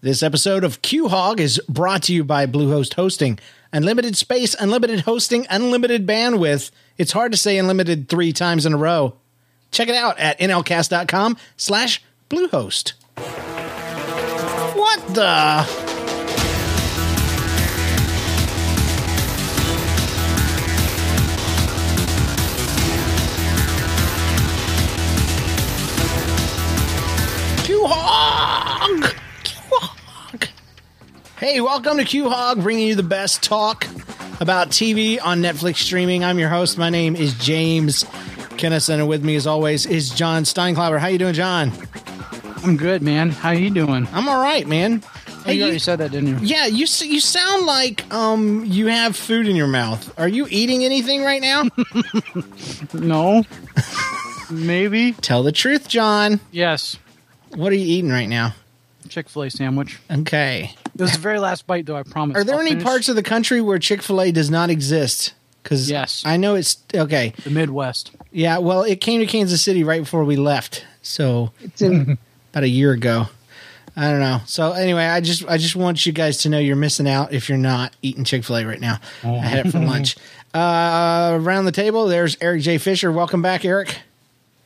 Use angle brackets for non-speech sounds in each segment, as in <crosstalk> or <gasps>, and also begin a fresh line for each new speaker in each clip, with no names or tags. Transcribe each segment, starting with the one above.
This episode of Q Hog is brought to you by Bluehost Hosting. Unlimited space, unlimited hosting, unlimited bandwidth. It's hard to say unlimited three times in a row. Check it out at nlcast.com slash Bluehost. What the? Q Hog! Hey, welcome to Q Hog, bringing you the best talk about TV on Netflix streaming. I'm your host. My name is James Kennison, and with me, as always, is John Steinklauber. How you doing, John?
I'm good, man. How you doing?
I'm all right, man.
Hey, you already said that, didn't you?
yeah, you s- you sound like um you have food in your mouth. Are you eating anything right now? <laughs>
No. Maybe.
Tell the truth, John.
Yes.
What are you eating right now?
Chick Fil A sandwich.
Okay.
It was the very last bite, though. I promise.
Are there
I'll
any
finish
parts of the country where Chick Fil A does not exist? Because
Yes.
I know it's okay.
the Midwest?
Yeah, well, it came to Kansas City right before we left, so
It's in
<laughs> about a year ago. I don't know. So anyway, I just I just want you guys to know you're missing out if you're not eating Chick Fil A right now. I had
Oh.
it for lunch. Uh, around the table, there's Eric J. Fisher. Welcome back, Eric.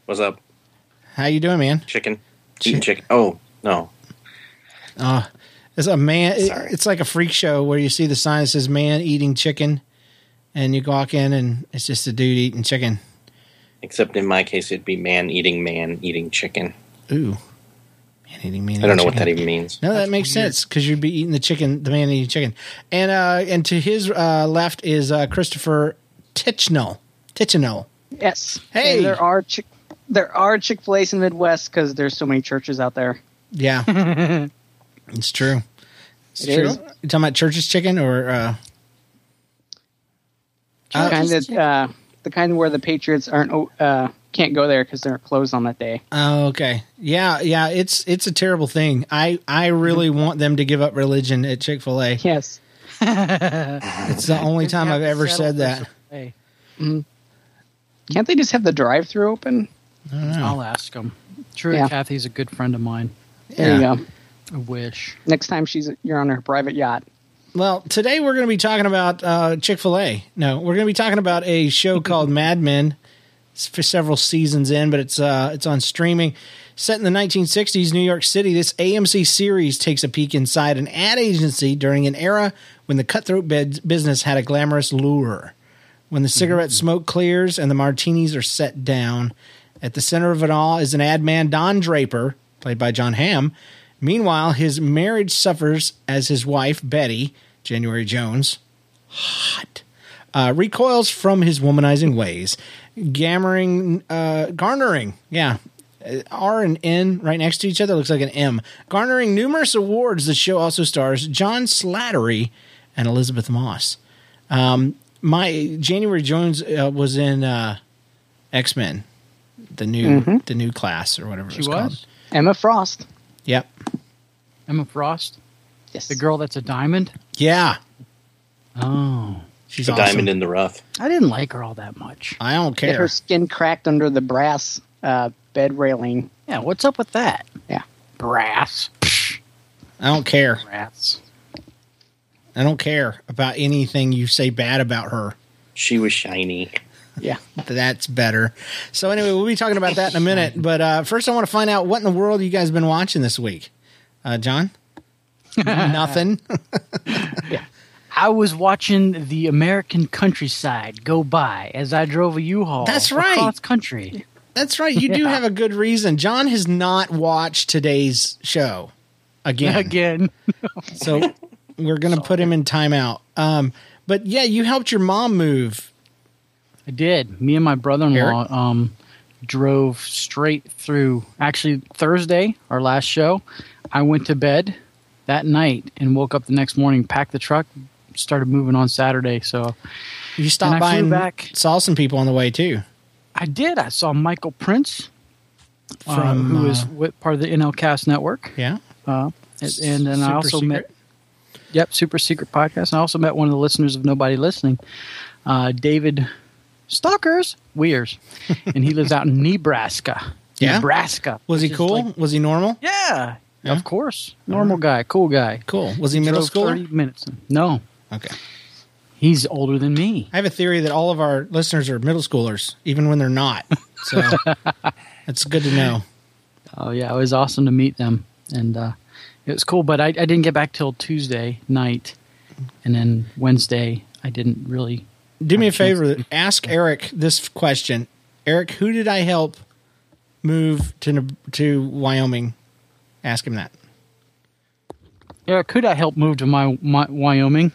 What's up?
How you doing, man?
Chicken. Eating chicken. Oh, no.
It's a man. it-
Sorry.
it's like a freak show where you see the sign that says "Man eating chicken," and you walk in and it's just a dude eating chicken.
Except in my case, it'd be man eating man eating chicken.
Ooh, man eating man.
I don't know what that even means.
No, that makes sense sense because you'd be eating the chicken, the man eating chicken, and uh, and to his uh, left is uh, Christopher Titchnell. Titchnell.
yes.
Hey!
And there are chick there are Chick Fil A's in the Midwest because there's so many churches out there.
<laughs>
Yeah, it's true. It's
It
true.
is.
You talking about church's chicken or uh,
The kind that uh, the kind where the Patriots aren't o- uh, can't go there because they're closed on that day.
Oh, okay. Yeah, yeah. It's it's a terrible thing. I I really
Mm-hmm.
want them to give up religion at Chick Fil A.
Yes.
It's the only time I've ever said that.
Hey,
Can't they just have the drive-through open?
I'll ask them. True,
Yeah.
Kathy's a good friend of mine.
There
Yeah.
you go.
I wish.
Next time she's you're on her private yacht.
Well, today we're going to be talking about uh, Chick Fil A. No, we're going to be talking about a show called Mad Men. It's for several seasons in, but it's uh, it's on streaming. Set in the 1960s, New York City, this AMC series takes a peek inside an ad agency during an era when the cutthroat bed- business had a glamorous lure. When the cigarette smoke clears and the martinis are set down, at the center of it all is an ad man, Don Draper, played by John Hamm. Meanwhile, his marriage suffers as his wife, Betty, January Jones, hot, uh, recoils from his womanizing ways, gammering, uh, garnering, yeah. uh, R and N right next to each other looks like an M. Garnering numerous awards, the show also stars John Slattery and Elizabeth Moss Um, my January Jones uh, was in uh, X Men, the new the new class or whatever it
She
was,
was?
called.
Emma Frost.
Yep.
Emma Frost,
Yes.
the girl that's a diamond.
Yeah.
Oh,
She's
The
awesome.
diamond in the rough.
I didn't like her all that much.
I don't
Get her
care.
skin cracked under the brass uh, bed railing.
Yeah, what's up with that?
Yeah.
Brass. Psh,
I don't care.
brass.
I don't care about anything you say bad about her.
She was shiny.
Yeah.
That's better. So anyway, we'll be talking about that in a minute. But uh, first, I want to find out what in the world you guys been watching this week, uh,
<laughs>
John. Nothing.
I was watching the American countryside go by as I drove a U-Haul.
That's right.
Across country.
That's right. You do
Yeah.
have a good reason. John has not watched today's show <laughs> again.
Again.
So we're gonna put him in timeout. Um, but yeah, you helped your mom move.
I did. Me and my brother-in-law um, drove straight through. Actually, Thursday, our last show, I went to bed that night and woke up the next morning, packed the truck, started moving on Saturday. So
You stopped
And
by
I flew
and
back.
saw some people on the way too.
I did. I saw Michael Prince, from,
From,
who is
uh,
with, part of the NLCast network.
Yeah.
Uh, and, and then I
Super
also met.
secret?
Yep, super secret podcast. And I also met one of the listeners of Nobody Listening, uh, David Stalkers Weirs, and he lives out in Nebraska.
Yeah?
<laughs> Nebraska.
Was he
which is
cool?
like-
was he normal?
yeah,
Yeah?
Of course, normal guy, cool guy.
Cool. Was he middle
Drove
schooler?
Thirty minutes. No,
Okay.
he's older than me.
I have a theory that all of our listeners are middle schoolers, even when they're not. So that's good to know.
Oh yeah, it was awesome to meet them, and uh, it was cool. But I, I didn't get back till Tuesday night, and then Wednesday I didn't really.
Do me a favor. Ask Eric this question. Eric, who did I help move to Ne- to Wyoming? Ask him that.
Eric, could I help move to my, my Wyoming?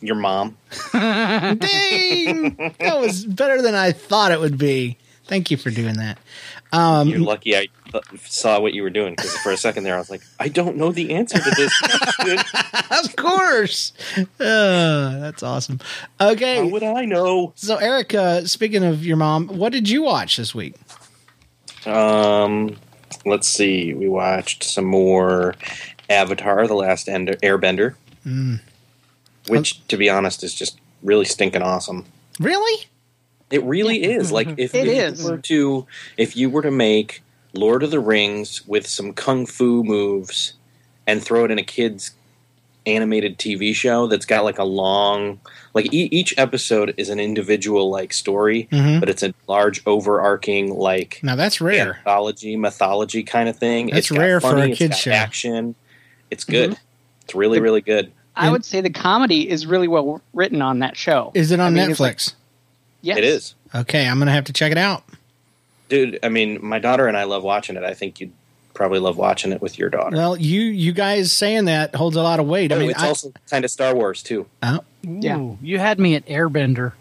Your mom.
<laughs> Dang, that was better than I thought it would be. Thank you for doing that. Um,
You're lucky I th- saw what you were doing because for a second there I was like, I don't know the answer to this.
<laughs>
dude.
Of course, uh, that's awesome.
How
Okay,
would I know?
so Eric, uh, speaking of your mom, what did you watch this week?
Um, let's see. We watched some more Avatar: The Last Ender- Airbender,
Mm.
which, to be honest, is just really stinking awesome.
Really?
It really is. Like if
It
you
is.
were to if you were to make Lord of the Rings with some kung fu moves and throw it in a kids animated TV show that's got like a long like e- each episode is an individual like story,
Mhm.
but it's a large overarching like
Now that's rare.
anthology mythology kind of thing.
That's
It's got
rare for
funny,
a
it's
kid
got
show.
Action. It's good.
Mm-hmm.
It's really really good.
I would say the comedy is really well written on that show.
Is it on
I mean, it's like-
Netflix?
yes,
It is.
okay, I'm gonna have to check it out.
Dude, I mean, my daughter and I love watching it. I think you'd probably love watching it with your daughter.
Well, you you guys saying that holds a lot of weight. I
Oh,
mean,
it's
I,
also kind of Star Wars too.
oh,
Yeah.
Ooh, you had me at Airbender.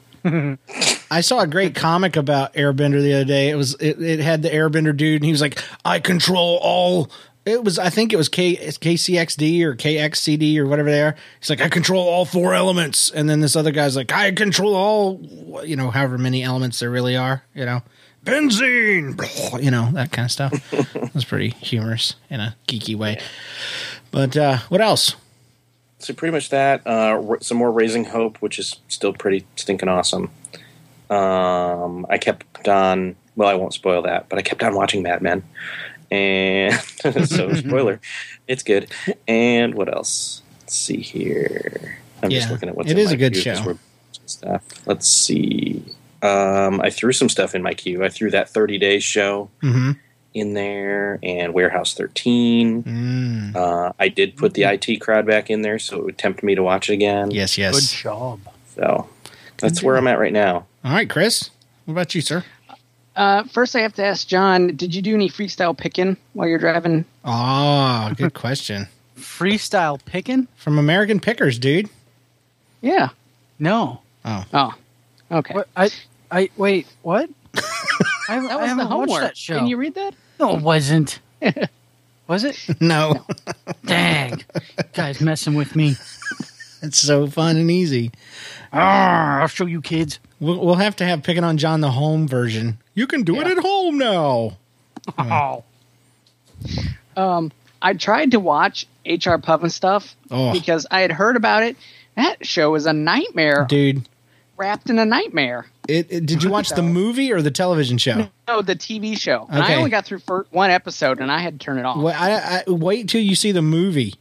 I saw a great comic about Airbender the other day. It was it, it had the Airbender dude, and he was like, "I control all." It was I think it was K it's KCXD or KXCD or whatever they are. He's like, "I control all four elements," and then this other guy's like, "I control all," you know, however many elements there really are. You know, benzene, <laughs> you know, that kind of stuff. it was pretty humorous in a geeky way. But uh, what else?
So pretty much that. Uh, r- some more Raising Hope, which is still pretty stinking awesome. Um, I kept on. Well, I won't spoil that, but I kept on watching Mad Men, and <laughs>
<laughs>
so spoiler, it's good. And what else? Let's see here. I'm just
Yeah,
looking at what's
it
in
is
my
a good
queue 'cause
show.
we're- Stuff. Let's see. Um, I threw some stuff in my queue. I threw that 30 Day show
Mm-hmm.
in there, and Warehouse 13.
Mm.
Uh, I did put
Mm-hmm.
the IT crowd back in there, so it would tempt me to watch it again.
Yes,
Good
yes.
job.
So that's where I'm at right now.
All right, Chris. What about you, sir?
Uh, first, I have to ask John: Did you do any freestyle picking while you're driving?
Ah, <laughs> good question.
Freestyle picking?
From American Pickers, dude. <laughs>
Yeah.
No.
Oh,
Oh. Okay.
What, I I wait. What?
<laughs>
I, haven't-
That
I
was the
haven't watched
homework.
that show.
Didn't you read that?
no, it wasn't.
<laughs>
Was it?
no.
Dang, guys, messing with
<laughs>
me.
<laughs> it's so fun and easy.
Arr, Ah, I'll show you kids.
We'll, we'll have to have Picking on John the home version. You can do it
Yeah.
at home now.
Oh,
Um, I tried to watch HR Puffin stuff
Oh.
because I had heard about it. That show is a nightmare,
Dude,
wrapped in a nightmare.
it, it- did you watch the movie or the television show?
No, the TV show. And
Okay.
I only got through fir- one episode, and I had to turn it off.
Well, I, I, wait till you see the movie.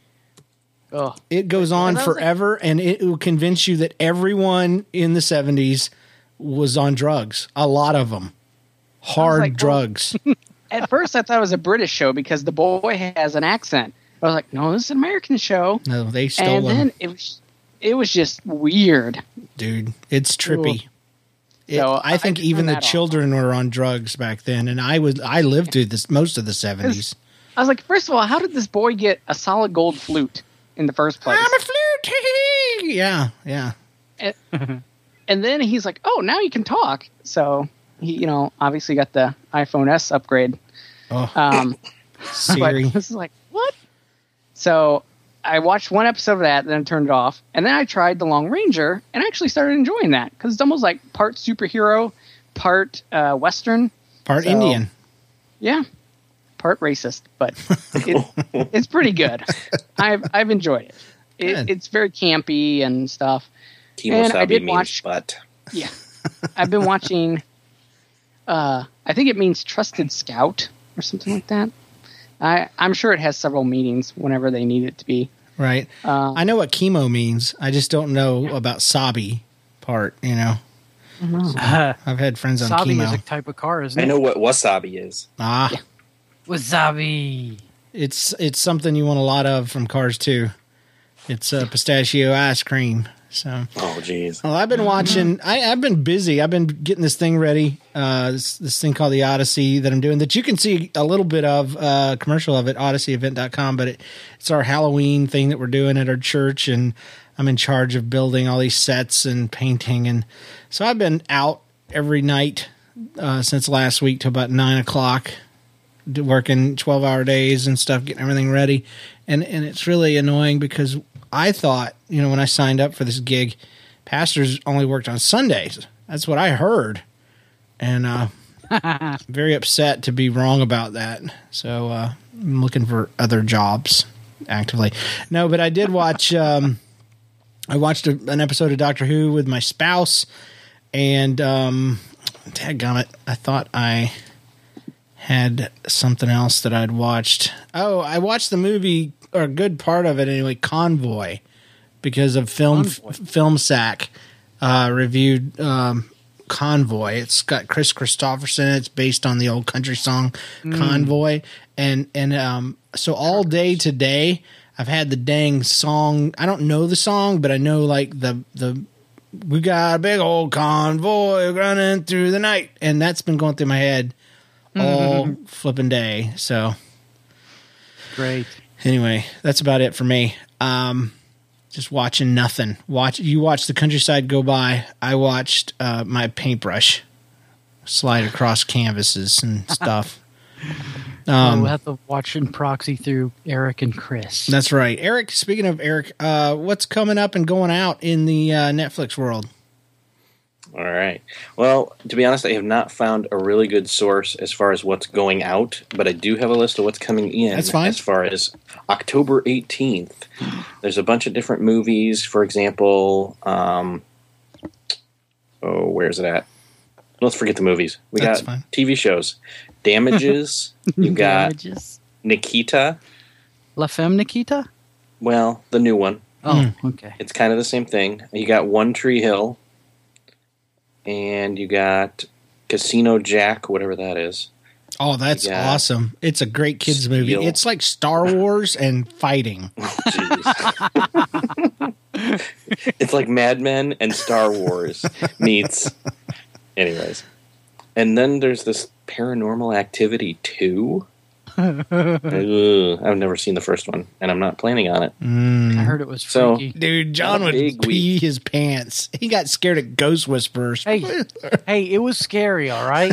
Ugh.
It goes on
that was-
forever, and it will convince you that everyone in the 70s was on drugs. A lot of them. Hard
like, well-
drugs.
At first, I thought it was a British show because the boy has an accent. I was like, no, this is an American show.
no, <laughs> they stole
And
them.
then it was, it was just weird.
dude. It's trippy. It-
So,
I
I
think
could
even
turn
the
that off.
children were on drugs back then, and I was I lived through this most of the seventies.
I was like, first of all, how did this boy get a solid gold flute in the first place?
I'm a flute. yeah, yeah.
and then he's like, oh, now you can talk. So he, you know, obviously got the iPhone S upgrade.
Oh,
Um, but
Siri.
this is like what? So I watched one episode of that, then I turned it off, and then I tried The Long Ranger, and I actually started enjoying that because it's almost like part superhero, part uh, western,
Part
so-
Indian.
yeah, part racist, but it, it's pretty good. I've I've enjoyed it.
Good.
it it's very campy and stuff. And I
Kimosabi
did
means
watch-
butt.
Yeah, I've been watching. Uh, I think it means trusted scout or something like that. I, I'm sure it has several meanings whenever they need it to be.
Right.
Uh,
I know what chemo means. I just don't know about Sabi part, you know. I've had friends on
Wasabi is
chemo.
a type of car, isn't
I
it?
know what wasabi is.
ah,
Wasabi.
it's it's something you want a lot of from Cars 2. It's uh, pistachio ice cream. So
Oh, jeez.
Well, I've been watching. I, I've been busy. I've been getting this thing ready. Uh, this, this thing called the Odyssey that I'm doing that you can see a little bit of uh, commercial of it, OdysseyEvent.com. But it, it's our Halloween thing that we're doing at our church, and I'm in charge of building all these sets and painting, and so I've been out every night uh, since last week to about nine o'clock, d- working twelve hour days and stuff, getting everything ready, and and it's really annoying because I thought you know when I signed up for this gig pastors only worked on Sundays. That's what I heard, and uh, very upset to be wrong about that. So uh, I'm looking for other jobs actively. No, but I did watch. Um, I watched a, an episode of Doctor Who with my spouse, and um, dadgummit, I thought I had something else that I'd watched. Oh, I watched the movie or a good part of it anyway, Convoy, because of film f- film sack uh, reviewed um, Convoy. It's got Chris Christopherson. It's based on the old country song Convoy, and and um, so all day today. I've had the dang song. I don't know the song, but I know like the the we got a big old convoy running through the night, and that's been going through my head all flipping day. So
Great.
anyway, that's about it for me. Um, just watching nothing. Watch you watch the countryside go by. I watched uh, my paintbrush slide across canvases and stuff. Um,
we'll have to watch in proxy through Eric and Chris.
That's right, Eric. Speaking of Eric, uh, what's coming up and going out in the uh, Netflix world?
All right. Well, to be honest, I have not found a really good source as far as what's going out, but I do have a list of what's coming in.
That's fine.
As far as October 18th, there's a bunch of different movies. For example, um, oh, where's it at? Let's forget the movies. We
That's
got
fine.
TV shows.
<laughs>
Damages. you got
Damages.
Nikita.
La Femme Nikita?
Well, the new one.
Oh, okay.
It's kind of the same thing. You got One Tree Hill, and you got Casino Jack, whatever that is. <laughs>
Oh, that's
Yeah.
awesome! It's a great kids movie.
Steel.
It's like Star Wars and
<laughs>
fighting.
Oh, Jeez. it's like Mad Men and Star Wars meets. Anyways, and then there's this Paranormal Activity two. Ugh, I've never seen the first one, and I'm not planning on it.
Mm.
I
Mm-hmm.
heard it was
So-
freaky.
Dude, John would pee
big week.
his pants. He got scared at ghost whisperers.
Hey, hey, it was scary, all right?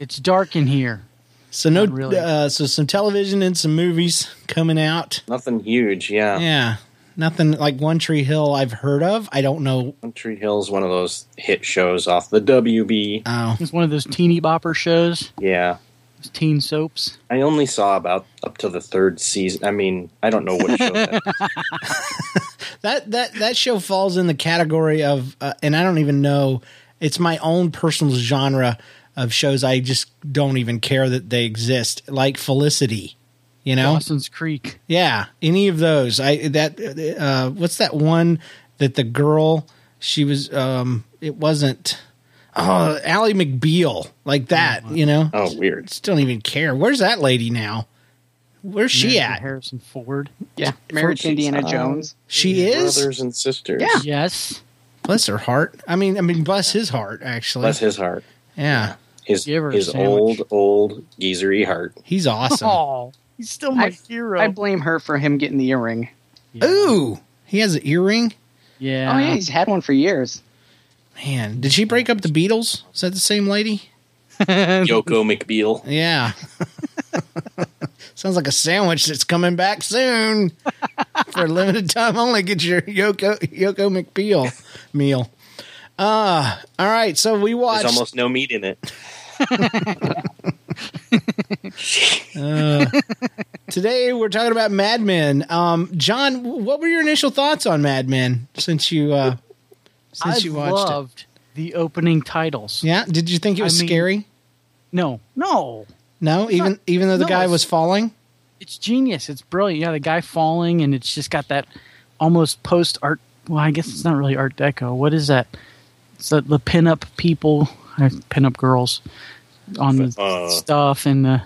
it's dark in here.
so no,
not really.
uh, so some television and some movies coming out.
Nothing huge, yeah.
Yeah, nothing like One Tree Hill I've heard of. I don't know.
One Tree Hill is one of those hit shows off the WB.
Oh,
It's one of those teeny bopper shows,
Yeah.
those teen soaps.
I only saw about up to the third season. I mean, I don't know what show
<laughs>
that is.
that that that show falls in the category of, uh, and I don't even know. It's my own personal genre of shows. I just don't even care that they exist, like Felicity. You know,
Dawson's Creek.
Yeah, any of those. I that uh, what's that one that the girl she was um it wasn't oh Allie McBeal like that you know
Oh, weird.
just don't even care. Where's that lady now? Where's she
American
at?
Harrison Ford.
Yeah, Marriage to Indiana
Uh,
Jones.
She is.
brothers and sisters.
Yeah.
Yes.
Bless her heart. I mean, I mean, bless his heart. Actually,
bless his heart.
yeah,
His
Give her a
his
sandwich.
old old geezery
<laughs>
heart.
he's awesome.
<laughs>
Oh, he's still my hero.
I blame her for him getting the earring.
yeah.
Ooh, he has an earring.
Yeah.
Oh yeah, he's had one for years.
Man, did she break up the Beatles? Is that the same lady?
<laughs>
Yoko McBeal.
Yeah. Sounds like a sandwich that's coming back soon for a limited time only. Get your Yoko Yoko McBeal meal. Uh all right. So we
There's
watched.
almost no meat in it.
uh, today we're talking about Mad Men. Um, John, what were your initial thoughts on Mad Men since you uh, since
I
you watched
loved the opening titles.
it? Yeah. Did you think it
I
was
mean-
scary?
No, no.
No, even
not-
even though the
no,
guy
it's-
was falling.
It's genius. It's brilliant. Yeah, the guy falling, and it's just got that almost post art. Well, I guess it's not really Art Deco. What is that? It's the, the pinup people, uh, pinup girls, on the
Uh.
stuff and the.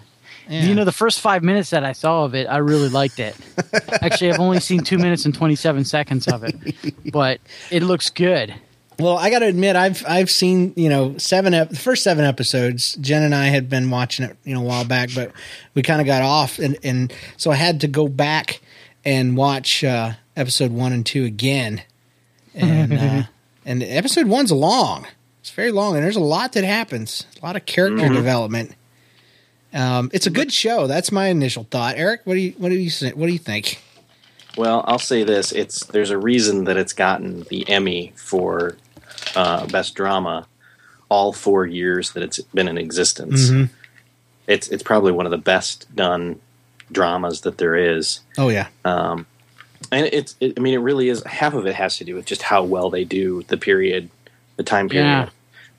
Yeah.
You know, the first five minutes that I saw of it, I really liked it. Actually, I've only seen two minutes and twenty-seven seconds of it, but it looks good.
Well, I got to admit, I've I've seen you know seven ep- the first seven episodes. Jen and I had been watching it you know a while back, but we kind of got off, and and so I had to go back and watch uh, episode one and two again, and
<laughs>
uh, and episode one's long. It's very long, and there's a lot that happens, a lot of character
Mm-hmm.
development. Um, it's a good show. That's my initial thought. Eric, what do you what do you what do you think?
Well, I'll say this: it's there's a reason that it's gotten the Emmy for uh, best drama all four years that it's been in existence.
Mm-hmm.
It's it's probably one of the best done dramas that there is,
Oh yeah,
um, and it's it, I mean it really is. Half of it has to do with just how well they do the period, the time period,
Yeah.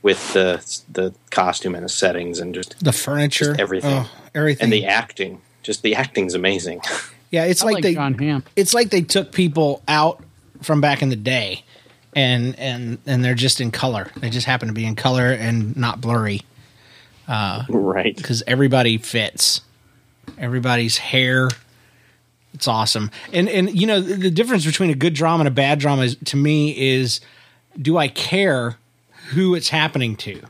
with the the costume and the settings and just
the furniture,
Just everything.
Oh, everything,
and the acting. Just the acting's amazing. <laughs>
yeah. It's
I
like,
like
they
John Hamm.
it's like they took people out from back in the day and and and they're just in color they just happen to be in color and not blurry
right.
because everybody fits everybody's hair it's awesome and and you know the, the difference between a good drama and a bad drama is, to me is do i care who it's happening to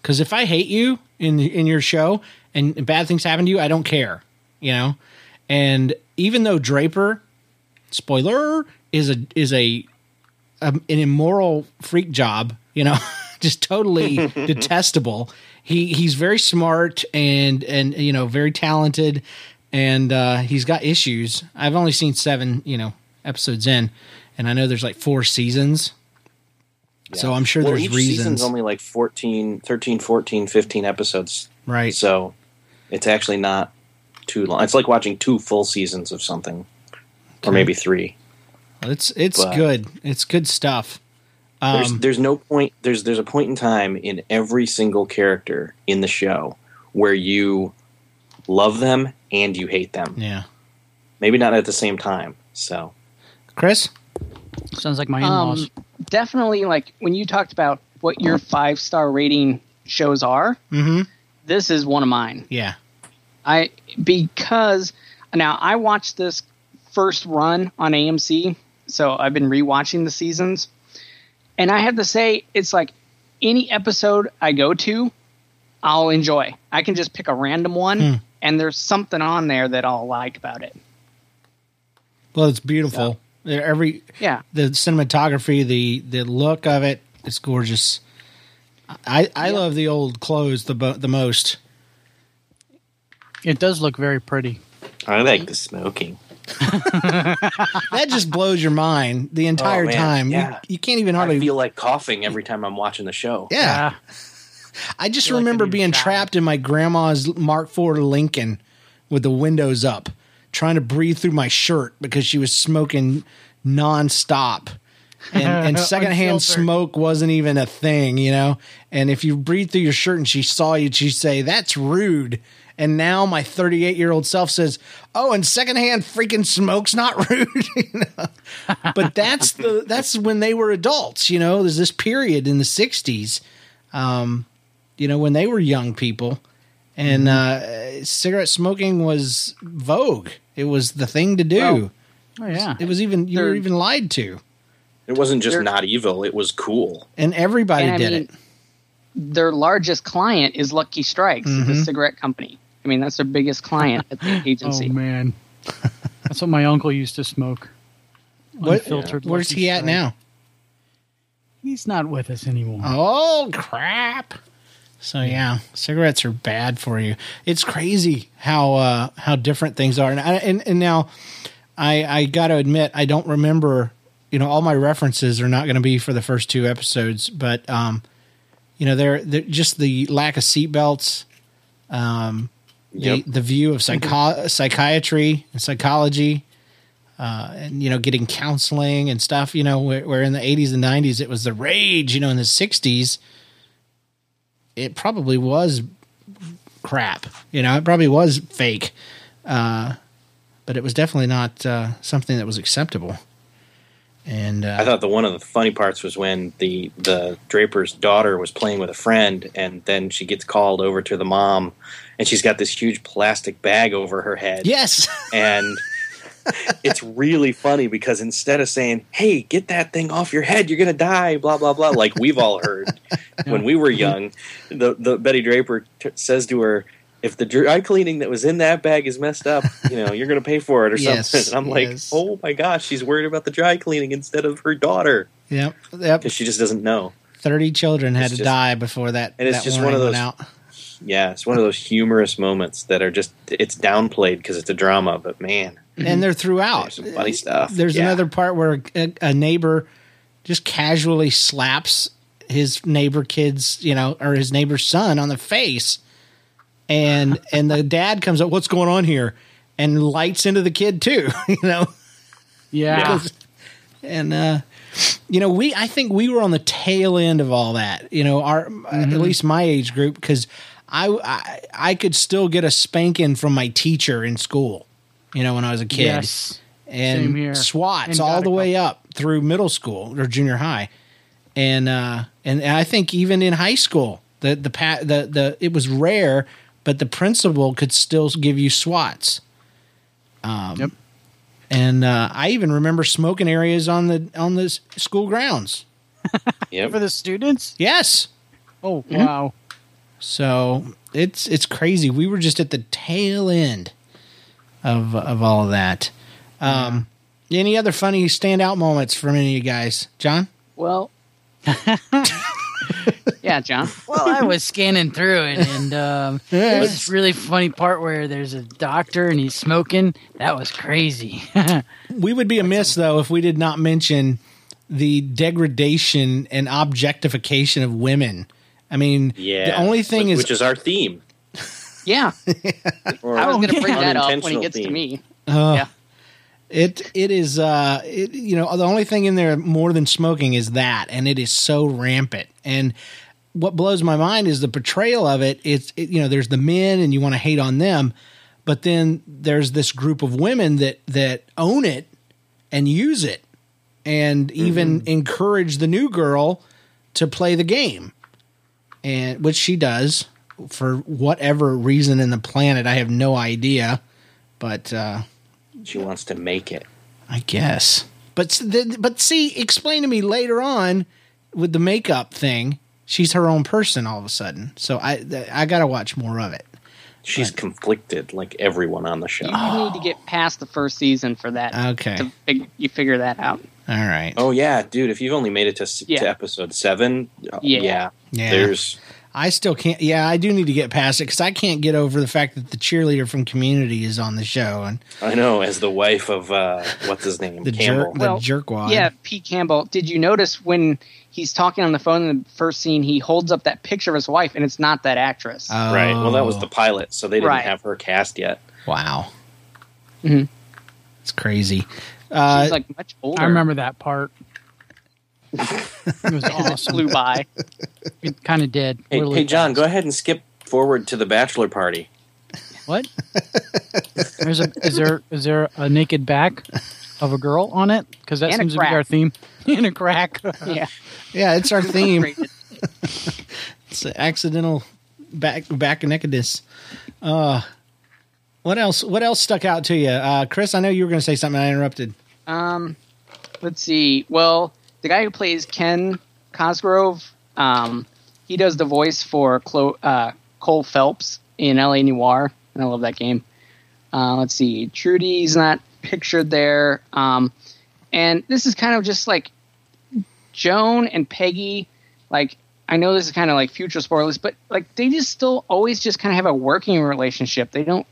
because if i hate you in in your show and bad things happen to you i don't care you know and even though draper spoiler is a is a um, an immoral freak job, you know, <laughs> just
<laughs>
totally detestable. He he's very smart and and you know very talented, and uh, he's got issues. I've only seen seven you know episodes in, and I know there's like four seasons, so I'm sure
Well,
there's
each
reasons,
season's only like 14, 13, 14, 15 episodes.
right?
So it's actually not too long. It's like watching two full seasons of something, or maybe three.
it's it's
but-
good. It's good stuff.
there's
Um,
there's no point. There's there's a point in time in every single character in the show where you love them and you hate them.
Yeah,
Maybe not at the same time. So
Chris.
Sounds like my in-laws.
Um, definitely, like when you talked about what your five star rating shows are,
Mm-hmm.
this is one of mine.
Yeah.
I because now I watched this first run on AMC, so I've been rewatching the seasons, and I have to say it's like any episode I go to, I'll enjoy. I can just pick a random one, and there's something on there that I'll like about it.
Well, it's beautiful. Every
Yeah,
the cinematography, the the look of it, it's gorgeous. I I love the old clothes the bo- the most.
it does look very pretty.
I like the smoking.
That just blows your mind the entire
<laughs> Oh, man,
time. You-
yeah.
You, can't even hardly.
I feel like coughing every time I'm watching the show.
yeah. I just
feel like I
remember
need to
being
travel.
trapped in my grandma's Mark IV Lincoln with the windows up, trying to breathe through my shirt because she was smoking nonstop.
<laughs>
And, and secondhand
Unfiltered.
smoke wasn't even a thing, you know? And if you breathe through your shirt and she saw you, she'd say, That's rude. And now my 38 year old self says, Oh, and secondhand freaking smoke's not <laughs> rude. you know? But that's the that's when they were adults, you know, there's this period in the 60s you know, when they were young people, and uh, cigarette smoking was vogue. It was the thing to do.
Well, Oh yeah.
it was even you were
They're-
even lied to,
It wasn't just
There-
not evil. It was cool.
and everybody
and I
did
mean,
it.
their largest client is Lucky Strikes, the cigarette company. I mean, that's their biggest client at the
Oh
agency.
man, <laughs> that's what my uncle used to smoke.
What-
Unfiltered
Where's
Lucky
he at
Strike.
now?
He's not with us anymore.
Oh crap! So yeah, cigarettes are bad for you. It's crazy how uh, how different things are, and I, and, and now I I got to admit I don't remember. You know, all my references are not going to be for the first two episodes, but um, you know, they're, they're just the lack of seatbelts, um,
Yep.
the the view of psycho-
<laughs>
psychiatry and psychology uh, and you know getting counseling and stuff you know where, where in the 80s and 90s it was the rage you know in the 60s it probably was crap. You know, it probably was fake, uh, but it was definitely not uh, something that was acceptable. And uh,
I thought the one of the funny parts was when the the draper's daughter was playing with a friend, and then she gets called over to the mom, and she's got this huge plastic bag over her head.
yes, <laughs>
and it's really funny because instead of saying, "Hey, get that thing off your head, you're gonna die," blah blah blah, like we've all heard
<laughs>
when we were young, the the Betty Draper t- says to her, "If the dry cleaning that was in that bag is messed up, you know you're gonna pay for it
<laughs>
or
Yes,
something." And I'm
yes.
like, "Oh my gosh, she's worried about the dry cleaning instead of her daughter
yep, yep.
because she just doesn't know."
Thirty children had
It's
to
just-
die before that.
and it's
that
just one of
warning
those-
went out.
Yeah, it's one of those humorous moments that are just it's downplayed because it's a drama, but man,
and they're throughout.
there's some funny stuff.
There's
Yeah.
another part where a, a neighbor just casually slaps his neighbor kid's, you know, or his neighbor's son on the face, and and the dad comes up, "What's going on here?" and lights into the kid too, <laughs> you know.
Yeah.
And uh, you know, we I think we were on the tail end of all that. You know, our
Mm-hmm.
at least my age group because I, I I could still get a spanking from my teacher in school. You know, when I was a kid
Yes.
and
Same here.
SWATs
And
all
got a
the way
couple.
up through middle school or junior high, and uh, and, and I think even in high school, the the pa- the the it was rare, but the principal could still give you SWATs. Um,
Yep.
And uh, I even remember smoking areas on the on the s- school grounds.
Yep.
For the students?
Yes,
Oh, wow.
so it's it's crazy. We were just at the tail end of of all of that. Um, Any other funny standout moments from any of you guys, John?
Well, <laughs> yeah, John.
Well, I was scanning through it,
<laughs>
and um, there was this really funny part where there's a doctor and he's smoking. That was crazy. <laughs>
we would be amiss though if we did not mention the degradation and objectification of women. I mean,
yeah.
the only thing
which,
is,
which is our theme.
Yeah,
Or
I was going to bring that up when he
unintentional
gets to
theme.
me.
Ugh.
yeah.
it it is uh it, you know the only thing in there more than smoking is that, and it is so rampant. And what blows my mind is the portrayal of it. It's it, you know there's the men and you want to hate on them, but then there's this group of women that that own it and use it, and even encourage the new girl to play the game. and which she does for whatever reason in the planet. I have no idea, but uh,
She wants to make it.
I guess. But s- th- but see, explain to me later on with the makeup thing. She's her own person all of a sudden. So I th- I gotta watch more of it.
She's conflicted, like everyone on the show.
You, you need to get past the first season for that.
Okay.
To fig- you figure that out.
All right.
Oh yeah, dude! If you've only made it to, s
Yeah.
to episode seven, uh,
Yeah.
yeah.
Yeah.
there's
I still can't. Yeah, I do need to get past it because I can't get over the fact that the cheerleader from Community is on the show and
I know as the wife of uh, what's his name
the
Campbell.
jerk, the jerkwad.
Yeah, Pete Campbell. Did you notice when he's talking on the phone in the first scene, he holds up that picture of his wife, and it's not that actress.
Right. Well, that
Oh.
was the pilot, so they didn't
Right.
have her cast yet.
wow.
Mhm.
It's crazy. Uh,
She's like much older.
I
<laughs>
remember that part. It
<laughs>
was awesome.
Flew by.
It kind of did.
Hey,
really
hey, John,
fast.
go ahead and skip forward to the bachelor party.
What? There's a is there is there a naked back of a girl on it? Because that
And a
seems to be
crack.
our theme. <laughs> In a crack.
Yeah.
Yeah, it's
<laughs>
our theme.
Great.
It's an accidental back back nakedness. Uh what else? What else stuck out to you, uh, Chris? I know you were going to say something. I interrupted.
Um, let's see. Well, the guy who plays Ken Cosgrove, um, he does the voice for Clo- uh, Cole Phelps in L.A. Noir, and I love that game. Uh, let's see. Trudy's not pictured there, um, and this is kind of just like Joan and Peggy. Like I know this is kind of like future spoilers, but like they just still always just kind of have a working relationship. They don't.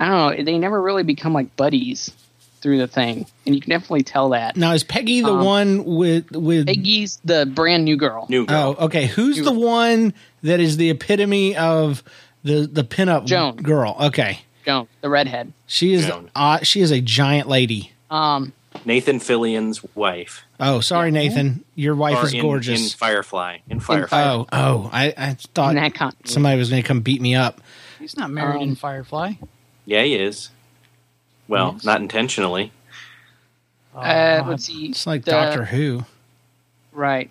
I don't know. They never really become like buddies through the thing, and you can definitely tell that.
Now is Peggy the
Um,
one with with?
Peggy's the brand new girl.
New girl.
oh, okay. Who's the one that is the epitome of the the pinup
Joan.
girl? Okay,
Joan, the redhead.
she is
Joan.
uh, she is a giant lady.
Um,
Nathan Fillion's wife.
Oh, sorry, Nathan. Your wife
Or
is
in-
gorgeous.
In Firefly. In Firefly.
oh, oh, I, I
in
thought
that con-
somebody was going to come beat me up.
He's not married in
Um,
Firefly.
Yeah, he is. Well,
Yes.
not intentionally.
Uh,
Uh,
let's see.
Ah, It's like
the-
Doctor Who.
Right.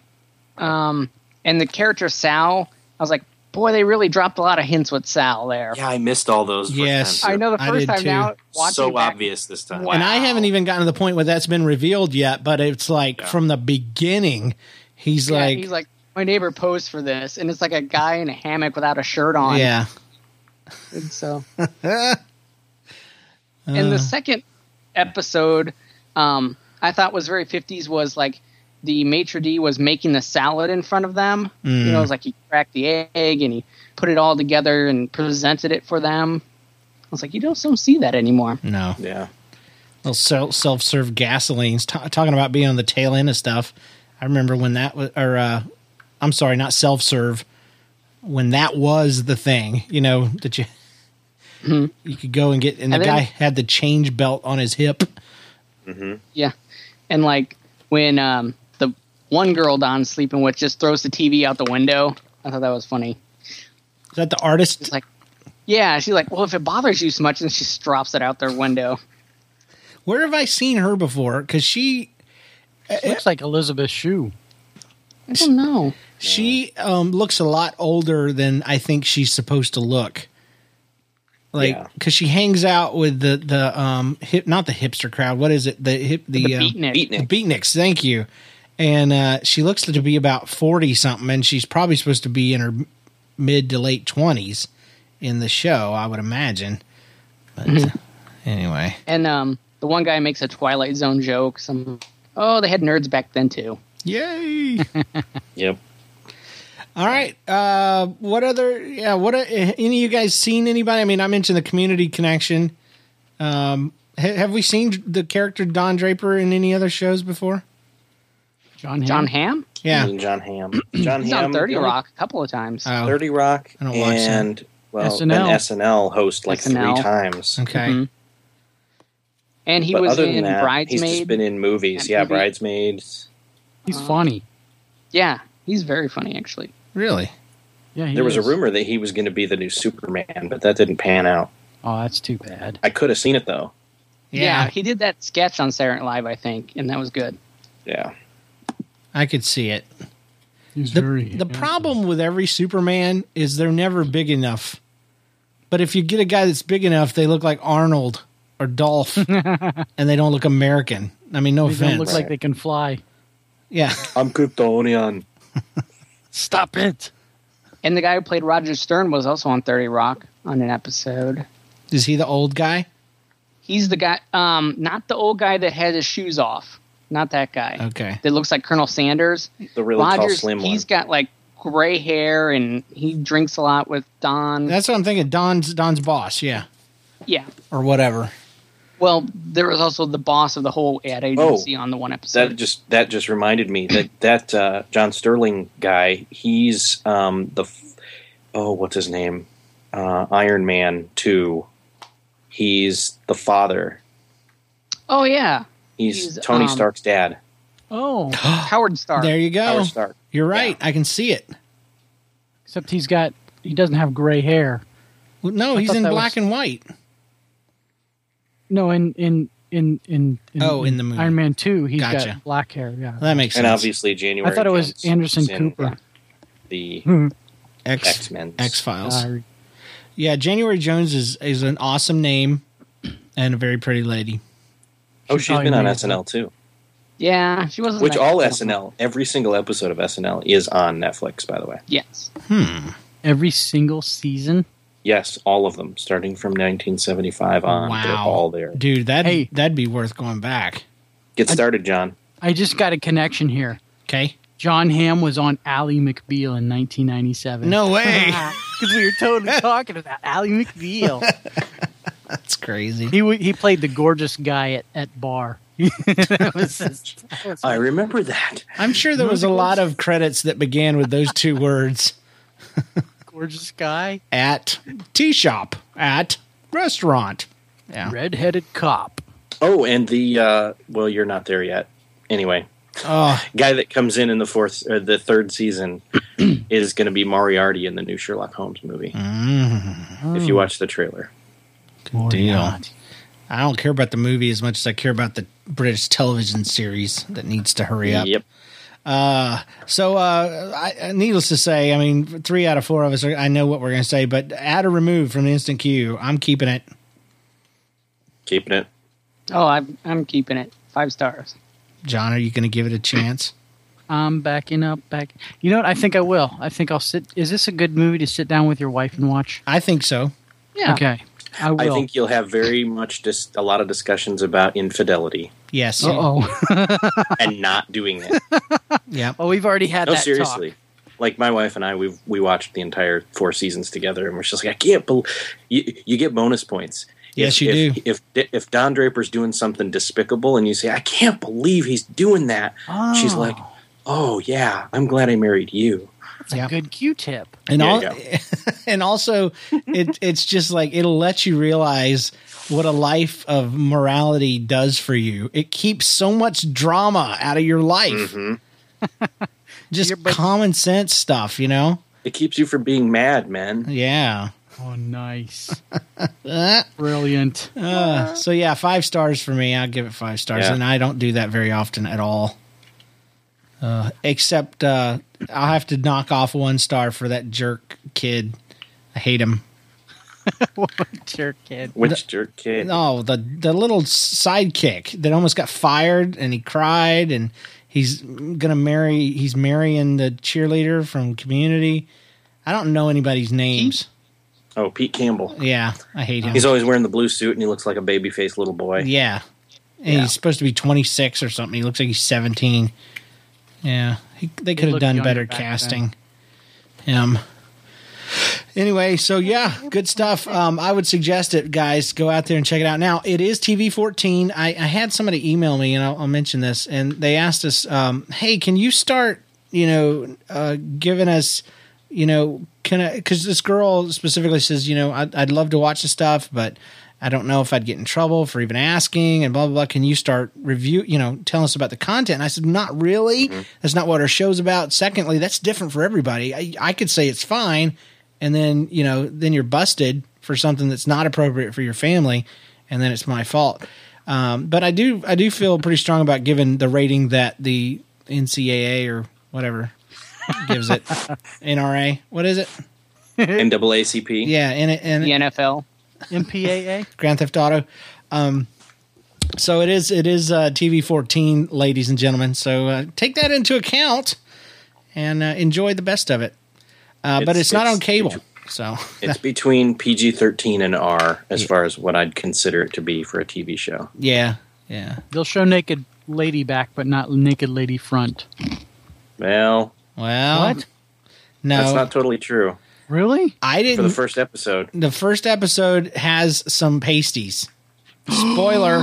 Um, and the character Sal, I was like, boy, they really dropped a lot of hints with Sal there.
Yeah, I missed all those. first
Yes.
time,
I
too.
know the
I
first
did
time
too.
now. Watching
So
back,
obvious this time.
Wow.
And I haven't even gotten to the point where that's been revealed yet, but it's like
Yeah.
from the beginning, he's
yeah,
like,
he's like, my neighbor posed for this, and it's like a guy in a hammock without a shirt on.
yeah.
And so,
Uh,
and the second episode, um, I thought was very fifties was like the maitre d was making the salad in front of them. You
Mm.
know, it was like he cracked the egg and he put it all together and presented it for them. I was like, you don't, don't see that anymore.
no.
Yeah.
Little self self serve gasolines. Ta talking about being on the tail end of stuff. I remember when that was, or uh, I'm sorry, not self serve. When that was the thing, you know that you you could go and get, and the
Mm-hmm. And then-
guy had the change belt on his hip.
Yeah. And like when um, the one girl Don's sleeping with just throws the TV out the window. I thought that was funny.
Is that the artist?
It's like, yeah, she's like, well, if it bothers you so much, and she just drops it out their window.
Where have I seen her before? Because she
She looks like Elizabeth Shue.
I don't know.
She um, looks a lot older than I think she's supposed to look. Like,
Yeah.
because she hangs out with the the um hip, not the hipster crowd. What is it? The hip, the,
The
uh,
beatnik.
the
Beatnik.
beatniks. Thank you. And uh, she looks to be about forty something, and she's probably supposed to be in her mid to late twenties in the show, I would imagine. But uh, anyway,
And um, the one guy makes a Twilight Zone joke. Some, oh, they had nerds back then too.
yay!
Yep.
All right. Uh, what other? Yeah. What? uh, Any of you guys seen anybody? I mean, I mentioned the community connection. Um, ha- have we seen the character Don Draper in any other shows before?
John Hamm.
John Hamm,
Yeah.
Mm-hmm.
And John
<clears throat>
Ham. John
he's
Ham.
on Thirty Rock a couple of times.
Oh,
Thirty Rock.
I don't watch that.
and well,
SNL.
an SNL host like
SNL.
three times.
okay.
Mm-hmm.
Mhm. and he
but
was
other than
in
that,
Bridesmaid.
he's just been in movies.
and
Yeah,
TV.
Bridesmaids.
He's
Uh,
funny.
yeah, he's very funny actually.
Really?
Yeah, he
There was a
is.
rumor that he was going to be the new Superman, but that didn't pan out.
Oh, that's too bad.
I could have seen it though.
Yeah.
he did that sketch on Saturday Night Live, I think, and that was good.
Yeah.
I could see it.
He's
The,
very
the
handsome.
problem with every Superman is they're never big enough. But if you get a guy that's big enough, they look like Arnold or Dolph,
<laughs>
and they don't look American. I mean, no
They
offense.
don't look like they can fly.
yeah.
I'm Kryptonian.
Stop it.
And the guy who played Roger Stern was also on Thirty Rock on an episode.
Is he the old guy?
He's the guy, um, not the old guy that had his shoes off. Not that guy.
Okay.
That looks like Colonel Sanders.
The really tall,
Rogers,
slim
he's
one.
got like gray hair and he drinks a lot with Don.
That's what I'm thinking. Don's Don's boss, yeah,
yeah.
or
<gasps>
whatever.
Well, there was also the boss of the whole ad agency on the one episode.
Oh, that just that just reminded me
<clears throat>
that that uh, John Sterling guy, he's um, the f- oh what's his name uh, Iron Man two. He's the father.
oh yeah,
He's,
He's,
Tony
um,
Stark's dad.
Oh,
Howard Stark.
There you go.
Howard Stark.
You're right. I can see it.
except he's got he doesn't have gray hair.
Well, No, he's
thought
in
that
black
was-
and white.
No, in in in in, in
Oh, in the movie.
Iron Man Two, he's
Gotcha.
got black hair. Yeah,
That makes
And
sense.
obviously January.
I thought it was
Jones
Anderson
is in
Cooper.
The
Hmm.
X
X-Men.
X Files.
Sorry.
yeah, January Jones is is an awesome name and a very pretty lady.
oh,
She's
she's
probably
been on
made it.
SNL too.
yeah, she wasn't.
Which
that-
all SNL, every single episode of SNL is on Netflix. By the way,
Yes.
Every single season.
yes, all of them, starting from 1975 on, they're
Wow.
all there.
Dude, that
Hey.
that'd be worth going back.
Get started, John.
I just got a connection here.
Okay.
<laughs> John Hamm was on Ally McBeal in 1997.
No
<laughs>
way.
because we were <laughs> totally talking about Ally McBeal.
That's crazy.
<laughs> He wa- he played the gorgeous guy at, at bar. that was just, that was-
I remember that.
I'm sure there was a lot of credits that began with those two words
gorgeous guy,
at tea shop at restaurant. Yeah.
redheaded cop.
Oh, and the uh, well, you're not there yet. Anyway,
Oh,
guy that comes in in the fourth or the third season is going to be Moriarty in the new Sherlock Holmes movie. If you watch the trailer,
Good
deal. I don't care about the movie as much as I care about the British television series that needs to hurry up.
yep.
So, uh, I, needless to say, I mean, three out of four of us, are, I know what we're going to say, but add or remove from the instant queue, I'm keeping it.
keeping it.
Oh, I'm I'm keeping it five stars.
John, are you going to give it a chance?
I'm backing up. Back. You know what? I think I will. I think I'll sit. Is this a good movie to sit down with your wife and watch?
I think so.
Yeah.
Okay. I will.
I think you'll have very much just a lot of discussions about infidelity
Yes.
<laughs> oh.
and not doing it.
Yeah.
Oh, we've already had
No,
that
seriously.
talk.
Like my wife and I, we we watched the entire four seasons together, and we're just like, I can't believe you, you get bonus points.
Yes,
if,
you
if,
do.
If if Don Draper's doing something despicable, and you say, I can't believe he's doing that, she's
Oh.
like, Oh yeah, I'm glad I married you.
That's
Yeah.
a good Q-tip.
And,
There
all,
you
<laughs> and also, it, it's just like it'll let you realize what a life of morality does for you. It keeps so much drama out of your life.
Mm-hmm.
just
You're- but-
common sense stuff, you know?
It keeps you from being mad, man.
Yeah.
Oh, nice. Brilliant.
Uh, so yeah, five stars for me. I'll give it five stars,
Yeah.
and I don't do that very often at all. Uh, except uh, I'll have to knock off one star for that jerk kid. I hate him.
Sure, kid.
Which jerk kid?
Oh, the the little sidekick that almost got fired, and he cried, and he's gonna marry. He's marrying the cheerleader from Community. I don't know anybody's names.
Oh, Pete Campbell.
Yeah, I hate him.
He's always wearing the blue suit, and he looks like a baby-faced little boy.
Yeah. And he's supposed to be 26 or something. He looks like he's 17. Yeah. He, they could have
looked
done
younger
better
back
casting him. Anyway, so yeah, good stuff. Um, I would suggest it, guys. Go out there and check it out. Now, it is TV 14. I, I had somebody email me, and I'll, I'll mention this, and they asked us, um, hey, can you start, you know, uh, giving us you know, can I? Because this girl specifically says, you know, I'd, I'd love to watch the stuff, but I don't know if I'd get in trouble for even asking and blah blah blah. Can you start review? You know, tell us about the content. And I said, not really. That's not what our show's about. Secondly, that's different for everybody. I, I could say it's fine, and then you know, then you're busted for something that's not appropriate for your family, and then it's my fault. Um, but I do, I do feel pretty strong about giving the rating that the NCAA or whatever gives it. NRA. What is it?
NAACP.
Yeah, in it
The NFL.
MPAA.
Grand Theft Auto. Um, so it is it is uh, TV fourteen, ladies and gentlemen. So uh, take that into account and uh, enjoy the best of it. Uh, but
It's-
it's, not
it's-
on cable, so
It's between PG 13 and R as far as what I'd consider it to be for a TV show.
yeah, yeah.
They'll show naked lady back, but not naked lady front.
Well,
Well,
What?
No,
that's not totally true.
Really?
I
For the
didn't. <laughs>
first episode,
the first episode has some pasties.
<gasps>
Spoiler.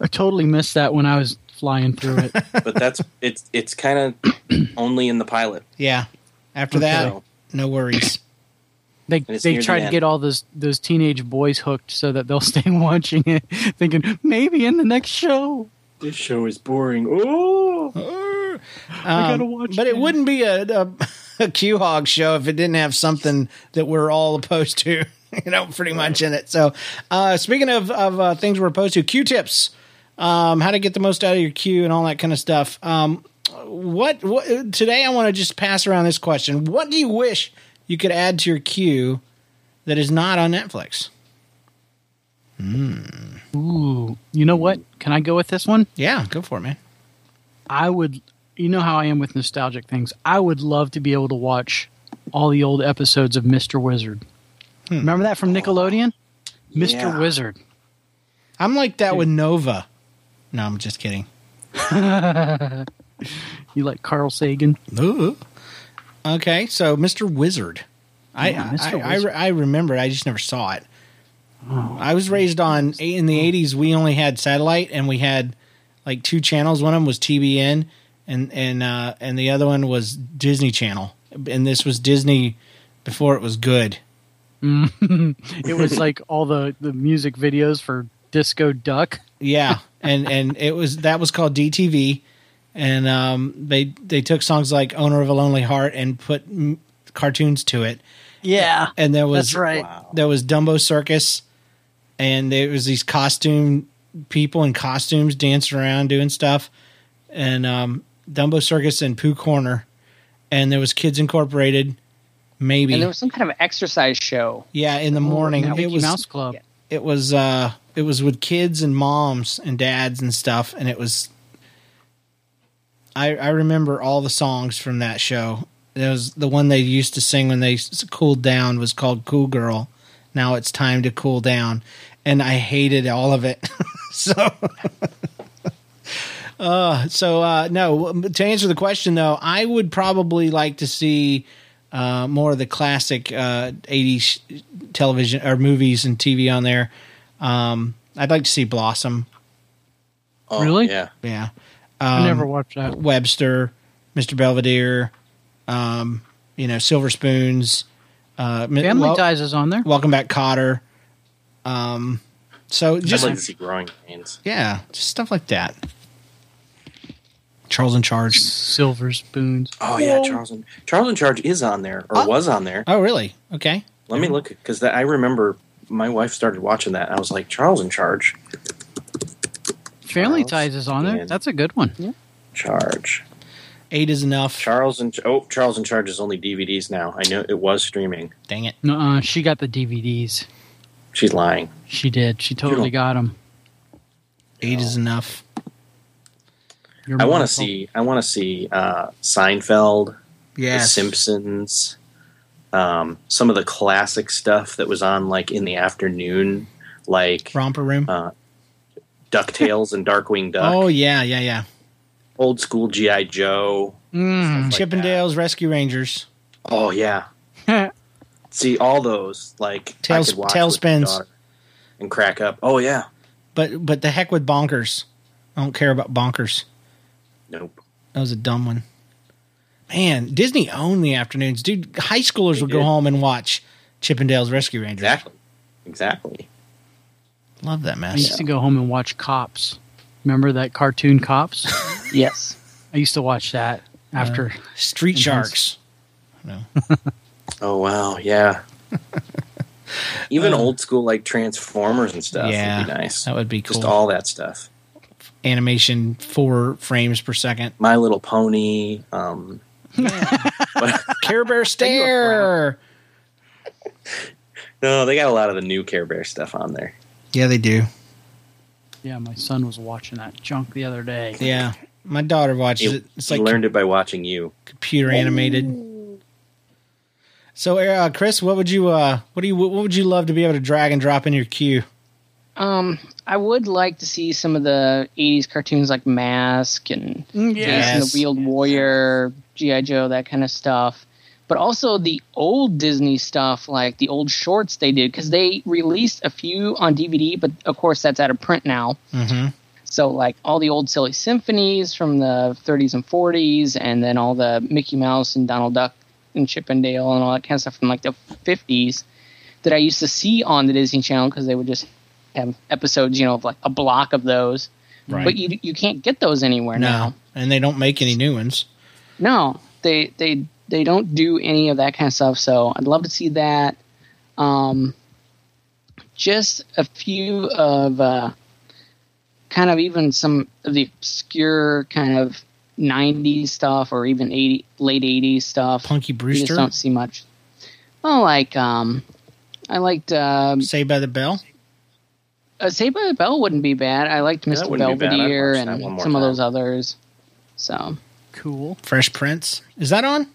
I totally missed that when I was flying through
<laughs>
it.
but that's it's it's kind of only in the pilot.
yeah. After that,
So,
no worries. <gasps>
They
it's
they
near the
try to
end.
get all those those teenage boys hooked so that they'll <laughs> stay watching it, thinking maybe in the next show.
this show is boring. Oh,
I
Um,
gotta watch.
but it
now.
wouldn't be a, a, <laughs> a Q Hog show if it didn't have something that we're all opposed to, <laughs> you know, pretty much in it. So, uh, speaking of, of uh, things we're opposed to, Q tips, um, how to get the most out of your Q and all that kind of stuff. Um, what, what today I want to just pass around this question. What do you wish you could add to your Q that is not on Netflix?
Ooh, you know what? Can I go with this one?
Yeah, go for it, man.
I would. You know how I am with nostalgic things. I would love to be able to watch all the old episodes of Mister Wizard.
Hmm.
Remember that from Nickelodeon? Mister
Yeah.
Wizard.
I'm like that with Nova. No, I'm just kidding.
You like Carl Sagan?
Ooh. Okay, so Mr. Wizard. I,
Yeah, Mr.
I,
Wizard. Oh,
I, I remember. it, I just never saw it. I was raised on in the '80s. We only had satellite, and we had like two channels. One of them was TBN, and and uh, and the other one was Disney Channel. And this was Disney before it was good.
<laughs>
It was like all the the music videos for Disco Duck. <laughs>
Yeah, and and it was that was called DTV, and um, they they took songs like "Owner of a Lonely Heart" and put mm, cartoons to it.
Yeah.
And there was
That's right.
there was Dumbo Circus, and there was these costume people in costumes dancing around doing stuff, and um, Dumbo Circus and Pooh Corner, and there was Kids Incorporated, maybe
And there was some kind of exercise show.
yeah in the morning.
Mickey
it was
Mouse Club.
it was uh, it was with kids and moms and dads and stuff, and it was. I I remember all the songs from that show. There was the one they used to sing when they s- cooled down was called "Cool Girl." Now it's time to cool down, and I hated all of it. <laughs> so, uh, so uh, no. To answer the question though, I would probably like to see uh, more of the classic uh, 80s television or movies and TV on there. Um, I'd like to see Blossom.
Oh,
Really?
Yeah.
Yeah. Um,
I never watched that.
Webster, Mr. Belvedere, um, you know, Silver Spoons, uh, Mi-
Family
Wel-
Ties is on there.
Welcome Back Cotter. Um, so just,
I'd like to see growing pains.
yeah, just stuff like that. Charles in Charge.
Silver Spoons.
Oh yeah, Charles and Charles in Charge is on there or
Oh.
was on there.
Oh, really? Okay.
Let me look because I remember my wife started watching that. And I was like, Charles in Charge,
Family
Charles
Ties is on there.
and-
That's a good one.
Charge,
Eight is enough.
Charles and oh, Charles in Charge is only DVDs now. I know it was streaming.
Dang it.
No, uh, she got the DVDs.
She's lying.
She did. She totally
don't-
got them.
Eight is enough.
I want to see. I want to see uh, Seinfeld, The
Yes.
Simpsons, um, some of the classic stuff that was on like in the afternoon, like
Romper Room.
uh, Ducktales and Darkwing Duck,
Oh, yeah, yeah, yeah. Hmm,
old school GI Joe.
Mm.
stuff like that.
Chippendales, Rescue Rangers.
Oh
<laughs>
yeah. See all those like I
Tails-
could watch
tailspins.
with my daughter and crack up. Oh yeah.
But but the heck with bonkers. I don't care about bonkers.
Nope.
That was a dumb one. Man, Disney owned the afternoons, dude. High schoolers
They
would go
did.
home and watch Chippendales Rescue Rangers.
Exactly. Exactly.
Love that
I used
mess.
to go home and watch Cops. Remember that cartoon
<laughs>
Cops?
Yes.
I used to watch that after.
Street
Intense.
Sharks.
Oh wow.
<laughs>
Yeah. Even old school like Transformers and stuff
Uh. yeah,
would be nice.
That would be cool.
Just all that stuff.
Animation four frames per
<laughs>
second.
My Little Pony. Um,
Care Bear Stare.
no, they got a lot of the new Care Bear stuff on there.
Yeah, they do.
Yeah, my son was watching that junk the other day.
Yeah, my daughter watches
You,
it. It's
you
like
learned it by watching you.
computer animated. So, uh, Chris, what would you uh, what do you what would you love to be able to drag and drop in your queue?
Um, I would like to see some of the '80s cartoons like Mask and
Mm,
Jason
Yes.
the Wheeled Warrior, GI Joe, that kind of stuff. But also the old Disney stuff, like the old shorts they did, because they released a few on DVD, but of course that's out of print now.
Mm-hmm.
So like all the old silly symphonies from the 30s and 40s, and then all the Mickey Mouse and Donald Duck and Chip and Dale and all that kind of stuff from like the 50s that I used to see on the Disney Channel because they would just have episodes, you know, of like a block of those.
Right.
But you you can't get those anywhere now.
No, and they don't make any new ones.
No, they they they don't do any of that kind of stuff. So I'd love to see that. Um, just a few of uh, kind of even some of the obscure kind of '90s stuff or even 80, late '80s stuff.
Punky
You just
Brewster,
don't see much. Oh, like um, I liked um,
Saved by the Bell.
uh, Saved by the Bell wouldn't be bad. I liked
that
Mr.
wouldn't be bad. I'd
Belvedere
watch that
and
one more
some of
time.
those others. So
Cool.
Fresh Prince. Is that on?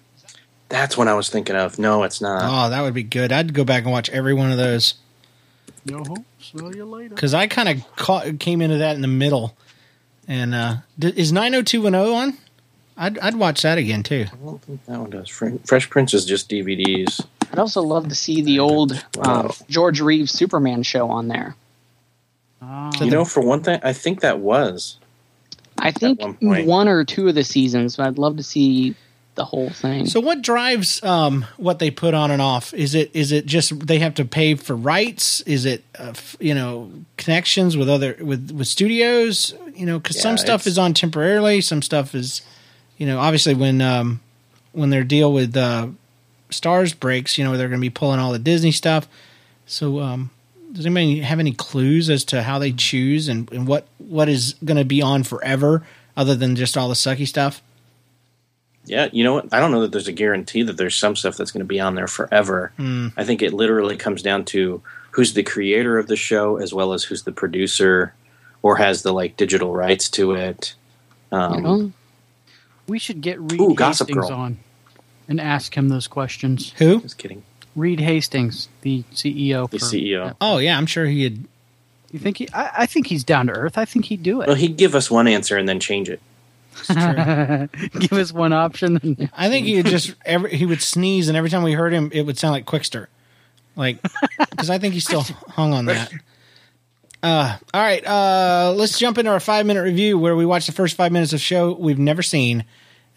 That's what I was thinking of. No, it's not.
Uh-huh.
Oh, that would be good. I'd go back and watch every one of those
Yo ho, smell you later.
because I kind of caught came into that in the middle. And uh, d- is nine hundred two one zero on? I'd I'd watch that again too.
I don't think that one does. Fr- Fresh Prince is just DVDs.
I'd also love to see the old
Oh.
uh,
Wow.
George Reeves Superman show on there.
Ah.
So
You know, for one thing, I think that was
I think
one
one,
point.
or two of the seasons, but I'd love to see the whole thing.
So what drives um, what they put on and off? Is it is it just they have to pay for rights? Is it uh, f- you know connections with other with with studios? You know, because some
Yeah,
stuff
it's-
is on temporarily, some stuff is you know obviously when um, when their deal with uh, Stars breaks, you know they're going to be pulling all the Disney stuff. So um, does anybody have any clues as to how they choose and, and what what is going to be on forever other than just all the sucky stuff?
Yeah, you know what? I don't know that there's a guarantee that there's some stuff that's going to be on there forever.
Hmm.
I think it literally comes down to who's the creator of the show as well as who's the producer or has the like digital rights to it. Um,
you know?
We should get Reed
Ooh, Gossip
Hastings
Girl.
on and ask him those questions.
Who?
Just kidding.
Reed Hastings, the CEO.
The E
for-
CEO.
Oh yeah, I'm sure he'd
You think he? I, I think he's down to earth. I think he'd do
Well,
it.
he'd give us one answer and then change it.
<laughs> Give us one option.
<laughs>
and-
I think he would just every he would sneeze, and every time we heard him, it would sound like Quickster, like because I think he's still hung on that. Uh, all right, uh, let's jump into our five minute review where we watch the first five minutes of show we've never seen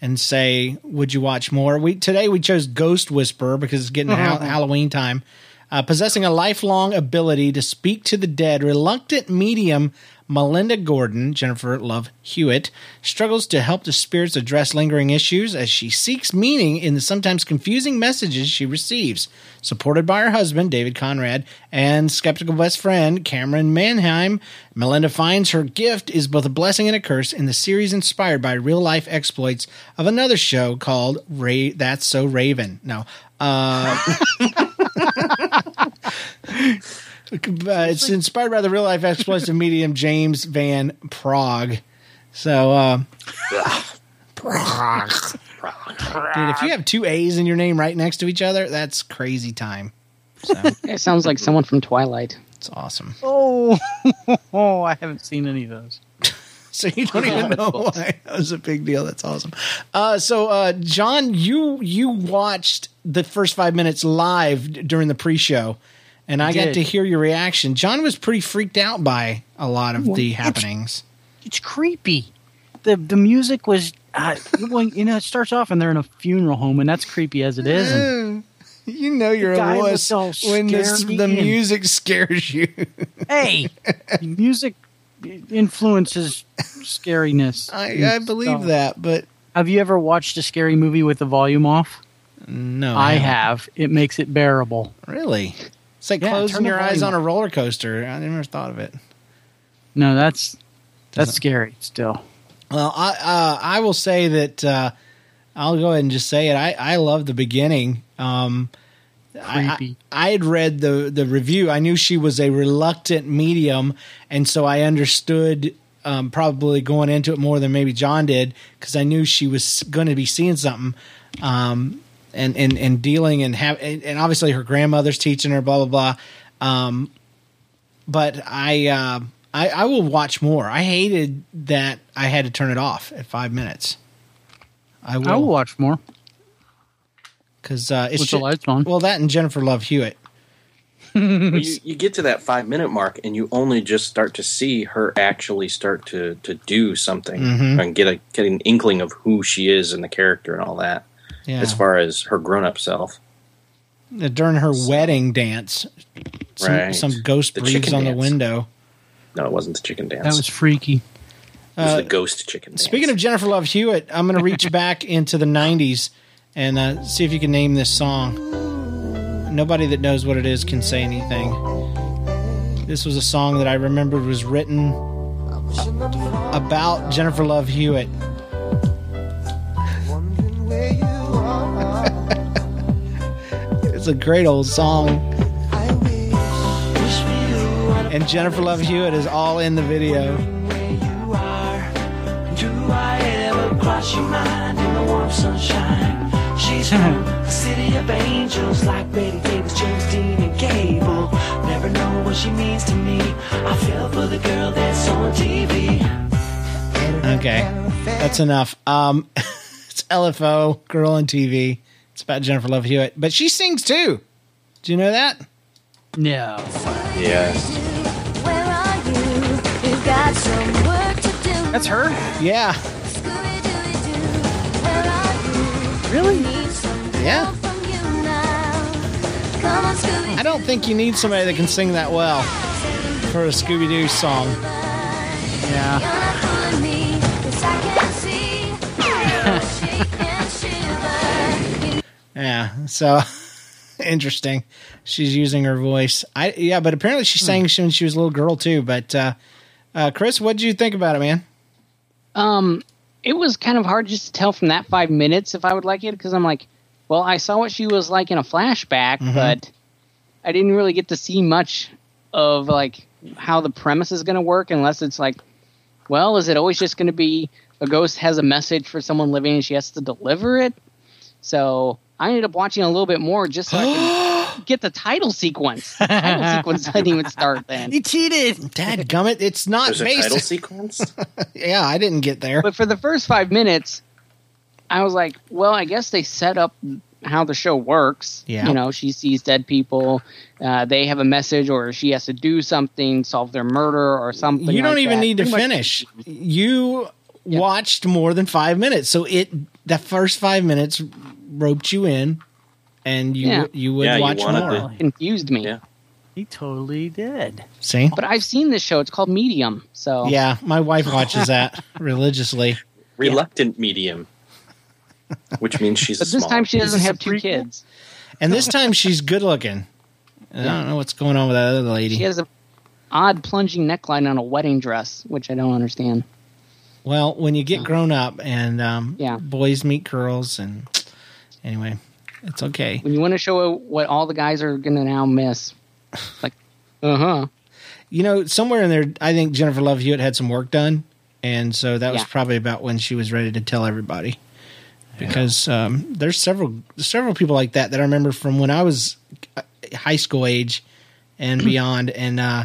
and say, would you watch more? We today we chose Ghost Whisperer because it's getting ha- Halloween time. Uh, possessing a lifelong ability to speak to the dead, reluctant medium Melinda Gordon, Jennifer Love Hewitt, struggles to help the spirits address lingering issues as she seeks meaning in the sometimes confusing messages she receives. Supported by her husband, David Conrad, and skeptical best friend, Cameron Mannheim, Melinda finds her gift is both a blessing and a curse in the series inspired by real life exploits of another show called Ray That's So Raven. No. Uh, <laughs> Uh, it's inspired by the real life exploits of medium James Van Prague. So, uh, Prague. Dude, if you have two A's in your name right next to each other, that's crazy time. So,
It sounds like someone from Twilight.
it's awesome. <laughs>
oh, <laughs> oh, I haven't seen any of those.
So you don't even know why that was a big deal. That's awesome. Uh, so, uh, John, you you watched the first five minutes live d- during the pre-show, and I got
did.
to hear your reaction. John was pretty freaked out by a lot of the happenings.
It's creepy. The the music was. Uh, <laughs> well, you know, it starts off and they're in a funeral home, and that's creepy as it is. and- <laughs>
Mm. You know you're
guy
a wuss
was all
when the,
scary
the
and-
music <laughs> scares you.
hey, music influences scariness. and
I, I believe
stuff.
that, but
Have you ever watched a scary movie with the volume off?
no,
I
haven't.
have. It makes it bearable.
Really, it's like
Yeah,
closing
turn the
your eyes on
volume
a roller coaster. I never thought of it.
No, that's that's
Doesn't-
scary still.
Well, I uh, I will say that uh, I'll go ahead and just say it. I I love the beginning. Um, I-
Creepy.
I, I had read the the review. I knew she was a reluctant medium, and so I understood um, probably going into it more than maybe John did because I knew she was going to be seeing something, um, and and and dealing and have and, and obviously her grandmother's teaching her blah blah blah. Um, but I, uh, I I will watch more. I hated that I had to turn it off at five minutes. I
I will
will
watch more.
because uh, it's
With the
ju-
lights on.
Well, that and Jennifer Love Hewitt. <laughs>
Well, you, you get to that five minute mark and you only just start to see her actually start to, to do something
Mm-hmm.
and get a get an inkling of who she is and the character and all that
Yeah.
as far as her grown up self.
uh, during her wedding dance, some,
Right.
some ghost
The
breathes
chicken
on the
dance.
window.
No, it wasn't the chicken dance.
That was freaky.
it was
Uh,
the ghost chicken dance.
Speaking of Jennifer Love Hewitt, I'm going to
<laughs>
reach back into the 90s and uh, see if you can name this song. Nobody that knows what it is can say anything. This was a song that I remembered was written about Jennifer Love Hewitt. It's a great old song, and Jennifer Love Hewitt is all in the video.
Do I ever cross your mind in the warm sunshine? She's from the city of angels, like Betty Davis, James Dean, and Gable. Never know what she means to me. I feel for the girl that's on TV.
Okay, that's enough. Um, <laughs> it's LFO, Girl on TV. It's about Jennifer Love Hewitt, but she sings too. Do you know that?
No.
yes.
Where are you? You've got some work to do.
That's her?
Yeah,
Scooby-Doo-Doo. Where are you? Really?
Yeah.
Come on, Scooby.
I <laughs>
<laughs>
don't think you need somebody that can sing that well for a Scooby Doo song.
Yeah.
You're not fooling me, 'cause I can see. Shake and shiver. You
Yeah. So <laughs> interesting. She's using her voice. I yeah, but apparently she sang when she was a little girl too. But uh, uh, Chris, what did you think about it, man?
Um, it was kind of hard just to tell from that five minutes if I would like it because I'm like, well, I saw what she was like in a flashback, but I didn't really get to see much of like how the premise is going to work unless it's like, well, is it always just going to be a ghost has a message for someone living and she has to deliver it? So I ended up watching a little bit more just so I could get the title sequence. The title sequence didn't even start then.
cheated, Dad Gummit. It's not
There's a
based.
title sequence.
<laughs> Yeah, I didn't get there.
but for the first five minutes, I was like, well, I guess they set up how the show works.
Yeah.
You know, she sees dead people, uh, they have a message, or she has to do something, solve their murder, or something.
you don't
like
even
that.
need to
Pretty
finish.
much-
You watched more than five minutes, so it the first five minutes roped you in, and you
Yeah.
you would
Yeah, you
watch
wanted
more.
to-
Confused me.
Yeah.
He totally did.
See,
But I've seen this show. It's called Medium. So
yeah, my wife watches
<laughs>
that religiously.
Reluctant medium, which means she's.
But
a
this
small.
time she doesn't
this a
have two
prequel?
kids.
And this time she's good looking. I don't know what's going on with that other lady.
She has a odd plunging neckline on a wedding dress, which I don't understand.
well, when you get grown up and um,
Yeah.
boys meet girls, and anyway, it's okay.
When you want to show what all the guys are going to now miss, like, uh huh.
You know, somewhere in there, I think Jennifer Love Hewitt had some work done, and so that was
Yeah.
probably about when she was ready to tell everybody. Because um, there's several several people like that that I remember from when I was uh, high school age and beyond, and uh,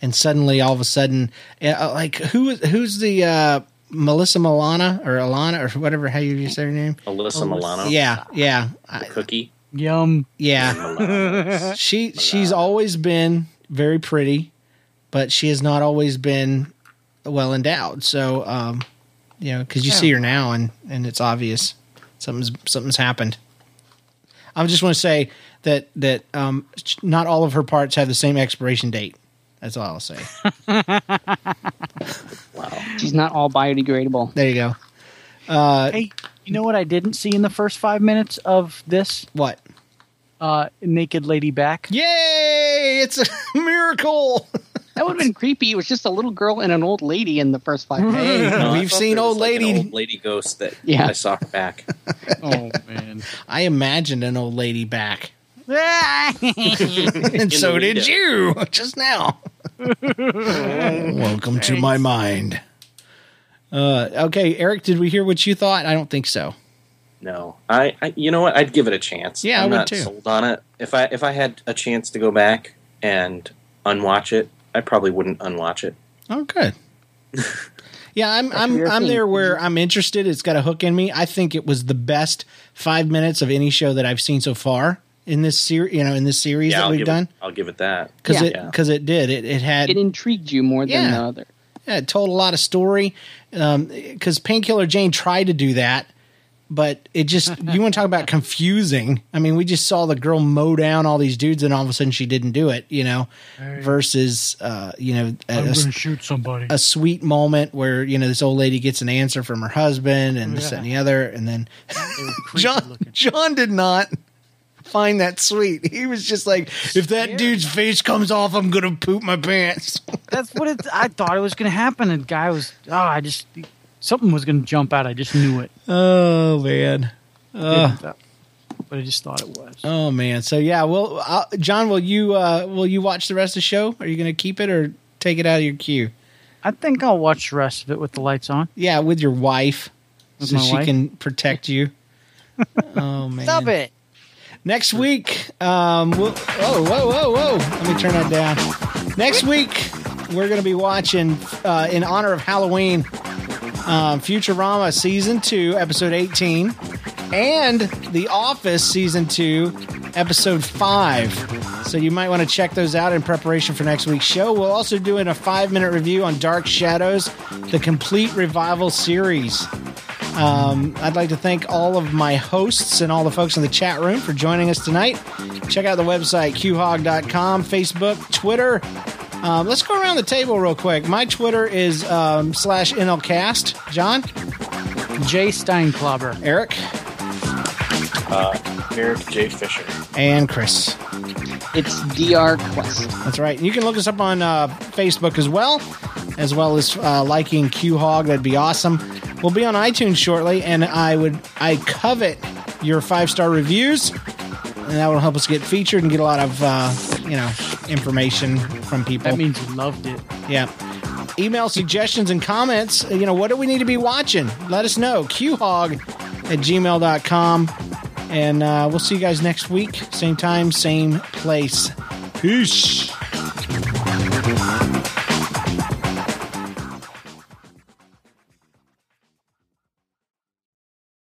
and suddenly all of a sudden, uh, like who who's the uh, Melissa Milana or Alana or whatever how you say her name?
Alyssa Milano.
Oh, Yeah, yeah,
The
I, <laughs>
cookie. Uh,
Yum.
yeah.
Milano.
She she's always been very pretty, but she has not always been well endowed. So, um, you know, because you see her now and and it's obvious something's something's happened. I just want to say that that um, not all of her parts have the same expiration date. That's all I'll say.
wow.
She's not all biodegradable.
There you go.
Hey, you know what I didn't see in the first five minutes of this
What?
uh, naked lady back? <laughs>
Yay! It's a <laughs> miracle.
That would have been creepy. It was just a little girl and an old lady in the first five minutes.
Hey,
No, I
we've
thought
seen
there was,
old
like, an
lady.
old lady ghost that
Yeah.
I saw her back.
Oh <laughs> man.
I imagined an old lady back. <laughs> and so
the
did
window.
you <laughs> just
<laughs>
now. Welcome to my mind. Uh, okay, Eric, did we hear what you thought? I don't think so.
No, I, I. You know what? I'd give it a chance.
Yeah, I
I'm
would
not
too.
sold on it. If I if I had a chance to go back and unwatch it, I probably wouldn't unwatch it.
Oh,
<laughs>
good. Yeah, I'm I'm
your
I'm
thing.
there where I'm interested. It's got a hook in me. I think it was the best five minutes of any show that I've seen so far in this series. You know, in this series
yeah,
that
I'll
we've
give
done
It, I'll give it that.
because
Yeah.
it because it did it it had
It intrigued you more than
Yeah.
the other.
Yeah, it told a lot of story. Because Painkiller Jane tried to do that, but it just, you want to talk about confusing. I mean, we just saw the girl mow down all these dudes and all of a sudden she didn't do it, you know, versus, uh, you know, a, a-
shoot somebody.
a sweet moment where, you know, this old lady gets an answer from her husband and this and the other. And then John, <laughs> John did not find that sweet. He was just like, if that dude's face comes off, I'm going to poop my pants.
That's what it. I thought it was going to happen. And guy was. Oh, I just something was going to jump out. I just knew it.
Oh, man.
Didn't, but I just thought it was.
Oh man, so yeah, well, uh, John, will you uh, will you watch the rest of the show? Are you going to keep it or take it out of your queue?
I think I'll watch the rest of it with the lights on.
Yeah, with your wife,
With
so
my
she
wife?
can protect
<laughs>
you. oh man,
it.
Next week, um, we'll, oh whoa whoa whoa, let me turn that down. Next week, we're going to be watching uh, in honor of Halloween, um, Futurama season two, episode eighteen, and The Office season two, episode five. So you might want to check those out in preparation for next week's show. We'll also do in a five minute review on Dark Shadows, the complete revival series. Um, I'd like to thank all of my hosts and all the folks in the chat room for joining us tonight. Check out the website, qhog.com, Facebook, Twitter. Um, let's go around the table real quick. My Twitter is um, slash NLCast. John,
Jay Steinklobber.
Eric,
Eric J. Fisher.
and Chris.
It's DR Quest.
That's right. You can look us up on uh, Facebook as well, as well as uh, liking Q Hog. That'd be awesome. We'll be on iTunes shortly, and I would I covet your five star reviews, and that will help us get featured and get a lot of uh, you know information from people.
That means you loved it.
Yeah. Email suggestions and comments. Uh, You know, what do we need to be watching? Let us know. QHog at gmail.com. And uh, we'll see you guys next week. Same time, same place. Peace.